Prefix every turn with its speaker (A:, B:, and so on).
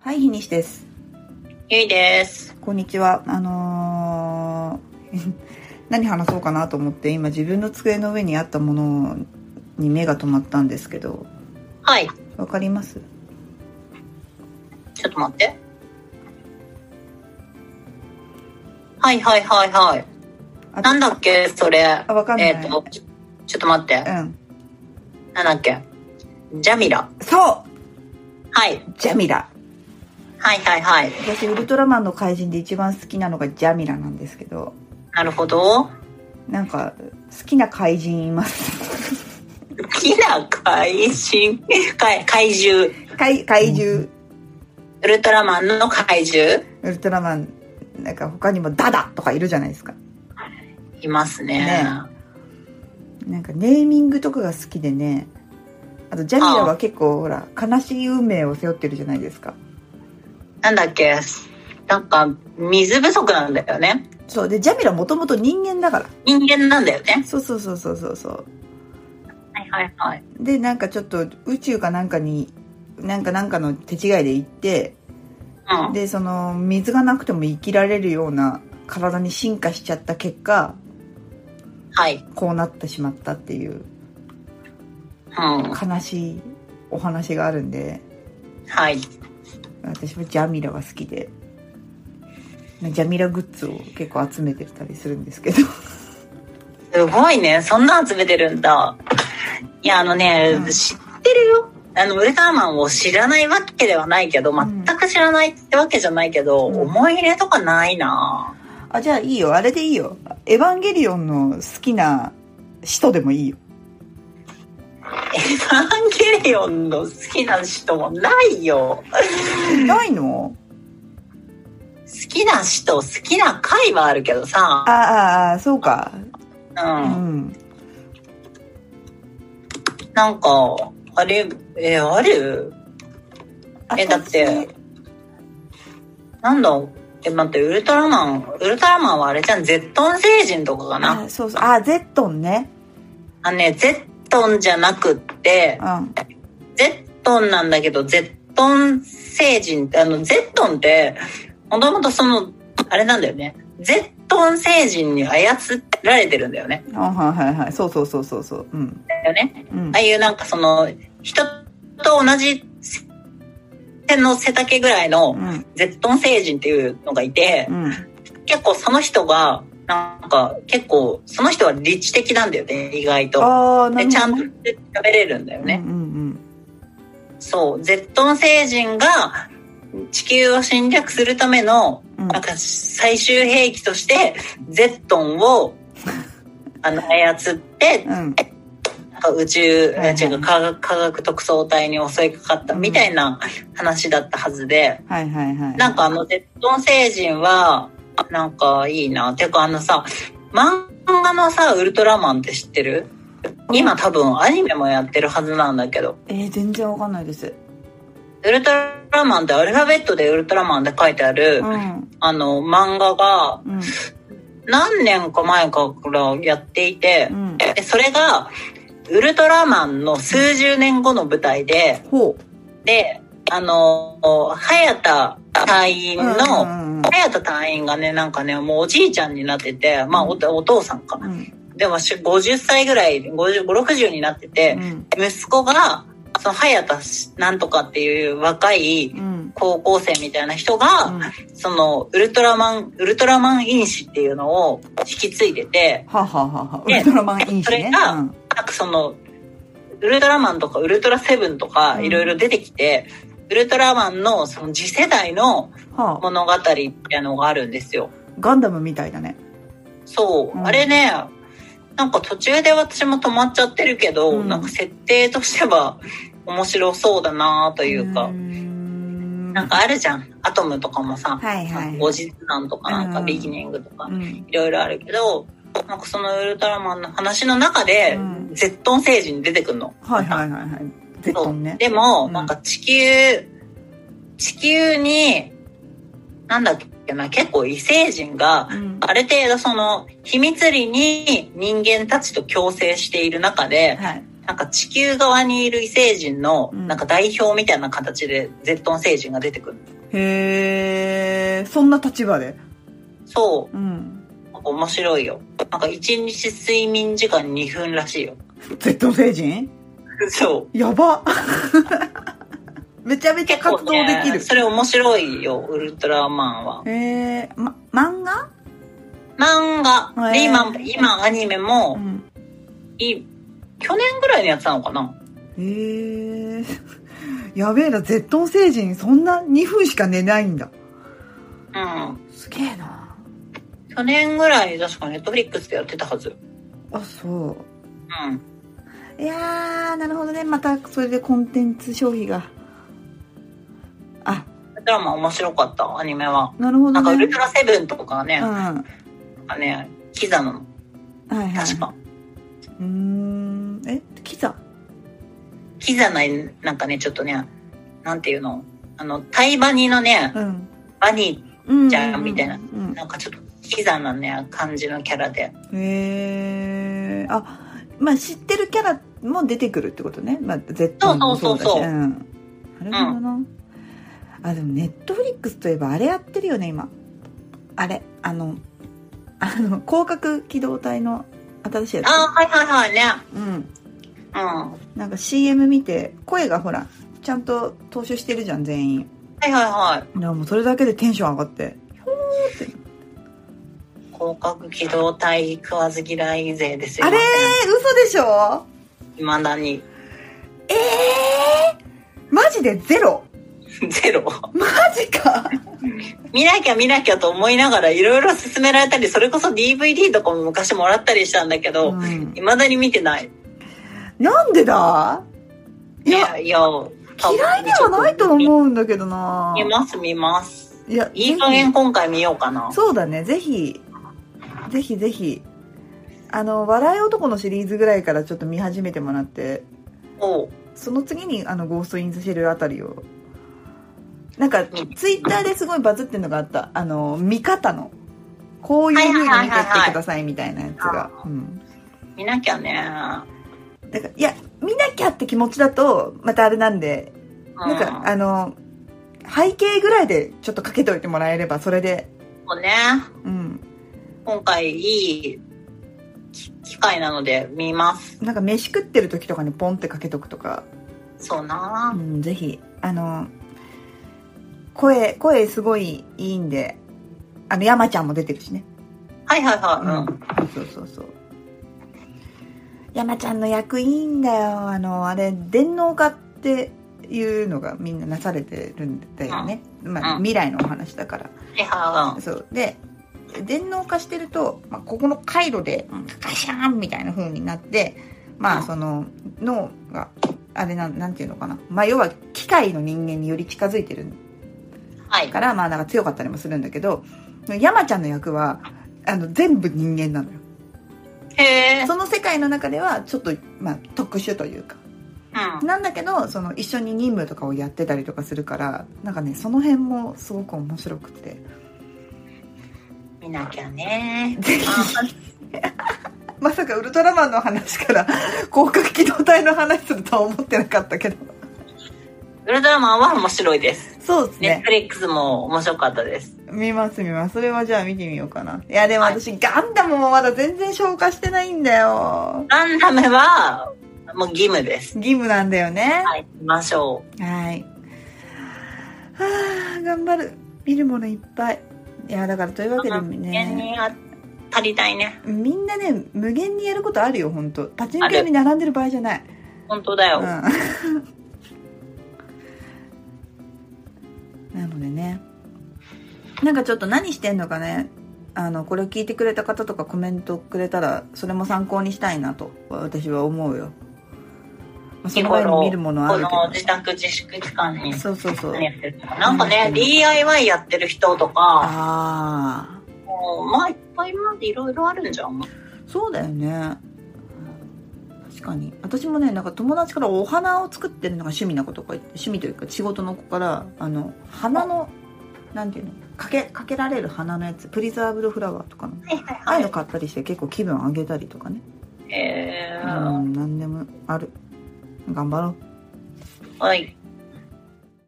A: はい、ひにしです。
B: ゆいです。
A: こんにちは。あのー 何話そうかなと思って、今自分の机の上にあったものに目が止まったんですけど、
B: はい。
A: わかります
B: ちょっと待って。はいはいはいはい。
A: あ
B: なんだっけそれ。
A: あ、わかんない。
B: えっ、と、ちょちょっと待って。
A: うん。
B: なんだっけジャミラ。
A: そ
B: はい。
A: うジャミラ。
B: はいはいはい。
A: 私、ウルトラマンの怪人で一番好きなのがジャミラなんですけど、
B: なるほど。
A: なんか、好きな怪人います。
B: 好きな怪人、 怪怪獣。
A: 怪、怪獣、
B: ウルトラマンの怪獣
A: ウルトラマン、なんか他にもダダとかいるじゃないですか。
B: いますね。
A: ねなんかネーミングとかが好きでねあとジャミラは結構ほら悲しい運命を背負ってるじゃないですか
B: なんだっけなんか、水不足なんだよね。
A: そうでジャミラもともと人間だから
B: 人間なんだよね。
A: そうそうそうそうそうそう
B: はいはいはい。
A: でなんかちょっと宇宙かなんかになんかなんかの手違いで行って
B: うん。
A: でその水がなくても生きられるような体に進化しちゃった結果
B: はい。
A: こうなってしまったっていう
B: うん。
A: 悲しいお話があるんで
B: はい。
A: 私もジャミラが好きでジャミラグッズを結構集めてたりするんですけど
B: すごいね。そんなん集めてるんだ。いや、あのね、
A: うん
B: 知ってるよ。あの、ウルトラマンを知らないわけではないけど、
A: ん
B: 全く知らないってわけじゃないけど、
A: うん
B: 思い入れとかないな
A: あ、じゃあいいよ。あれでいいよ。エヴァンゲリオンの好きな人でもいいよ。
B: エヴァンゲリオンの好きな人もないよ。
A: ないの
B: 好きな人、好きな回はあるけどさ
A: あ、あ、あそうか。
B: う。
A: うんん。
B: なんか、あれ、え、あるえだって。なんだえ、待って、ウルトラマン、ウルトラマンはあれじゃん、ゼットン星人とかかな。
A: あ、そうそう。あ、ゼットンね。
B: あのね、ゼットンじゃなくって
A: う、ん。
B: ゼットンなんだけど、ゼットン星人って、あの、ゼットンって、もともとその、あれなんだよね。ゼットン星人に操られてるんだよね。
A: あはいはいはい。そうそうそうそうそう。うん。
B: だよね。
A: うん
B: ああ。いうなんかその、人と同じ背の背丈ぐらいの
A: うん。
B: ゼットン星人っていうのがいて
A: う、ん。
B: 結構その人が、なんか結構、その人は理知的なんだよね、意外と。
A: ああ、なるほど、
B: で、
A: ね。
B: ちゃんと食べれるんだよね。
A: うんうん
B: そう、ゼットン星人が地球を侵略するための、
A: うん。うん
B: なんか最終兵器として、ゼット ンを、あの、操って、
A: うん。
B: なんか宇宙、
A: はいはい
B: 違う科学、科学特捜隊に襲いかかったみたいな話だったはずで、
A: はいはいはい。
B: なんかあの、ゼットン星人は、なんかいいな。てかあのさ、漫画のさ、ウルトラマンって知ってる今多分アニメもやってるはずなんだけど。
A: えー、全然わかんないです。
B: ウルトラマンってアルファベットでウルトラマンって書いてある、
A: うん。
B: あの漫画が
A: うん。
B: 何年か前からやっていて
A: う、ん。
B: でそれがウルトラマンの数十年後の舞台で、
A: ほ
B: で、あの、早田隊員
A: う。
B: の、
A: うんうん
B: 早田隊員がね、なんかね、もうおじいちゃんになってて、まあおお父さんか
A: う。ん。
B: でもし50歳ぐらい、50、60になってて
A: う、ん。
B: 息子が、その早田なんとかっていう若い
A: うん。
B: 高校生みたいな人が、
A: うん
B: そのウルトラマンウルトラマン因子っていうのを引き継いでて
A: はあ、はあはあはあ、ウ
B: で
A: ルトラマンいいし
B: そ
A: ね
B: れ。が
A: うん
B: なんかそのウルトラマンとかウルトラセブンとか
A: うん
B: いろいろ出てきて、ウルトラマンのその次世代の
A: はあ、
B: 物語みたいなのがあるんですよ。
A: ガンダムみたいだね。
B: そう、
A: うん
B: あれねなんか途中で私も止まっちゃってるけど、
A: うん
B: なんか設定としては 面白そうだなと
A: と
B: いうか、
A: な
B: なんかあるじゃんアトムとかもさ、
A: はいはい
B: 後日談とかなんか
A: うん
B: ビギニングとか、
A: うん
B: いろいろあるけど、なんかそのウルトラマンの話の中で、
A: うん
B: ゼットン星人出てくるの。
A: はいはいはいはいゼットンね
B: でも、
A: うん
B: なんか地球、地球に、なんだっけな、結構異星人が、
A: うん
B: ある程度その秘密裏に人間たちと共生している中で、
A: はい
B: なんか地球側にいる異星人の
A: うん
B: なんか代表みたいな形でゼットン星人が出てくる。
A: へえそんな立場で
B: そ
A: うん
B: う。なんか面白いよ。なんか1日睡眠時間2分らしいよ。
A: Z 星人
B: そう。
A: やばめちゃめちゃ
B: 結
A: 活
B: 構
A: 動
B: ね、
A: できる、
B: それ面白いよ、ウルトラマンは。
A: へえま漫画
B: 漫画。
A: へー
B: で、今、今アニメ
A: う
B: も、
A: ん
B: い去年ぐらいのやつなのかな
A: へえ やべえな Z 星人そんな2分しか寝ないんだ
B: うん。
A: すげえな
B: 去年ぐらい、確かネットフリックスでやってたはず。
A: あそう
B: うん。
A: いやーなるほどねまたそれでコンテンツ消費があ
B: ウルトラマン面白かった、アニメは。
A: なるほ
B: な
A: ど
B: んか、ウル
A: ね
B: トラセブンとかね、
A: うん
B: なん
A: は
B: かね、キザなの。
A: いはい
B: 確か。
A: うーんえキザ
B: キザな、なんかね、ちょっとね、なんていうのあの、タイバニのね、
A: うん
B: バニ
A: うん
B: じゃあみたいな
A: うん
B: ー、なんかちょっとキザなね、感じのキャラで。
A: へえー、あまあ知ってるキャラも出てくるってことね、まあ、Z もそうだし、
B: そうそうそうそうん
A: なるほどな、あでもネットフリックスといえばあれやってるよね今あれあのあの広角機動隊の新しいや
B: あー、はいはいはいね。
A: つうん
B: うん。は
A: なんか CM 見て声がほらちゃんと踏襲してるじゃん全員
B: いはいはい。
A: だからもうそれだけでテンション上がって
B: 広角機動隊食わず嫌い勢ですよ。
A: あれー嘘でしょ
B: いまだに。
A: ええー、マジでゼロ
B: ゼロ。
A: マジか
B: 見なきゃ見なきゃと思いながらいろいろ勧められたり、それこそ DVD とかも昔もらったりしたんだけど、
A: うん
B: いまだに見てない。
A: なんでだいや、
B: いや、
A: 嫌
B: 嫌
A: いではないと
B: う。
A: 思うんだけどな
B: 見ます見ます。
A: いや、
B: いい
A: ぜ
B: 加減
A: ひ
B: 今回見ようかな。
A: そうだね、ぜひ、ぜひぜひ、あの、笑い男のシリーズぐらいからちょっと見始めてもらって、
B: おう
A: その次に、あの、ゴースト・イン・ザ・シェルあたりを、なんか、ツイッターですごいバズってるのがあった、あの、見方の、こういう風に見てってくださいみたいなやつが。うん
B: 見なきゃね。
A: だから、いや、見なきゃって気持ちだと、またあれなんで、
B: うん
A: なんか、あの、背景ぐらいでちょっとかけておいてもらえれば、それで、
B: そうね。
A: うん。
B: 今回いい機機会なので見ます。
A: なんか飯食ってる時とかにポンってかけとくとか、
B: そう
A: う
B: な。
A: ん、ぜひ、あの、声、声すごいいいんで、あの、山ちゃんも出てるしね。
B: はいはい
A: うん。
B: はい。うん
A: そうそうそう。山ちゃんの役いいんだよ。あの、あれ、電脳化っていうのがみんななされてるんだよね。まあ、
B: うん
A: 未来のお話だから。
B: はいはいはい。
A: そうで電脳化してると、まあ、ここの回路でうんガシャーンみたいな風になってま
B: う
A: あ
B: ん
A: その脳があれなんなんていうのかな、まあ、要は機械の人間により近づいてる
B: はい。
A: からまあなんか強かったりもするんだけど山ちゃんの役はあの全部人間なのよ
B: へえ。
A: その世界の中ではちょっと、まあ、特殊というか
B: う
A: なんだけどその一緒に任務とかをやってたりとかするからなんかねその辺もすごく面白くて
B: ん。見なきゃね。
A: ぜひ まさかウルトラマンの話から広角機動隊の話するとは思ってなかったけど
B: ウルトラマンは面白いです。
A: そうです
B: ネッ
A: ね
B: トフリックスも面白かったです。
A: 見ます見ますそれはじゃあ見てみようかないやでも私、ガンダムもまだ全然消化してないんだよ
B: ガンダムは、もう義務です。
A: 義務なんだよね
B: はい、見ましょう。
A: はいはあ頑張る見るものいっぱいいやだからというわけで
B: 無限
A: ね
B: にあ足りたいね。み
A: みんなね無限にやることあるよ本当パチンコ屋に並んでる場合じゃない
B: 本当だよ。
A: うん、なのでねなんかちょっと何してんのかねあのこれを聞いてくれた方とかコメントくれたらそれも参考にしたいなと私は思うよ、まあ、そ
B: 日
A: の前に
B: 頃、
A: 見るものあ
B: こ
A: る
B: の
A: け
B: 自宅自粛期間に
A: どそうそうそう
B: 何やってるのかな。なんか
A: 何やって
B: ね、
A: んの
B: DIY やってる人とか、
A: ああ
B: もうまあいっぱい今までいろいろあるんじゃん。
A: そうだよね確かに私もねなんか友達からお花を作ってるのが趣味な子とか言って趣味というか仕事の子からあの花のなんていうのかけかけられる花のやつプリザーブドフラワーとかの
B: はいは
A: ああい
B: いう
A: の
B: は
A: 買ったりして結構気分上げたりとかね
B: い。え
A: う
B: ー、
A: ん何でもある頑張ろう
B: はい。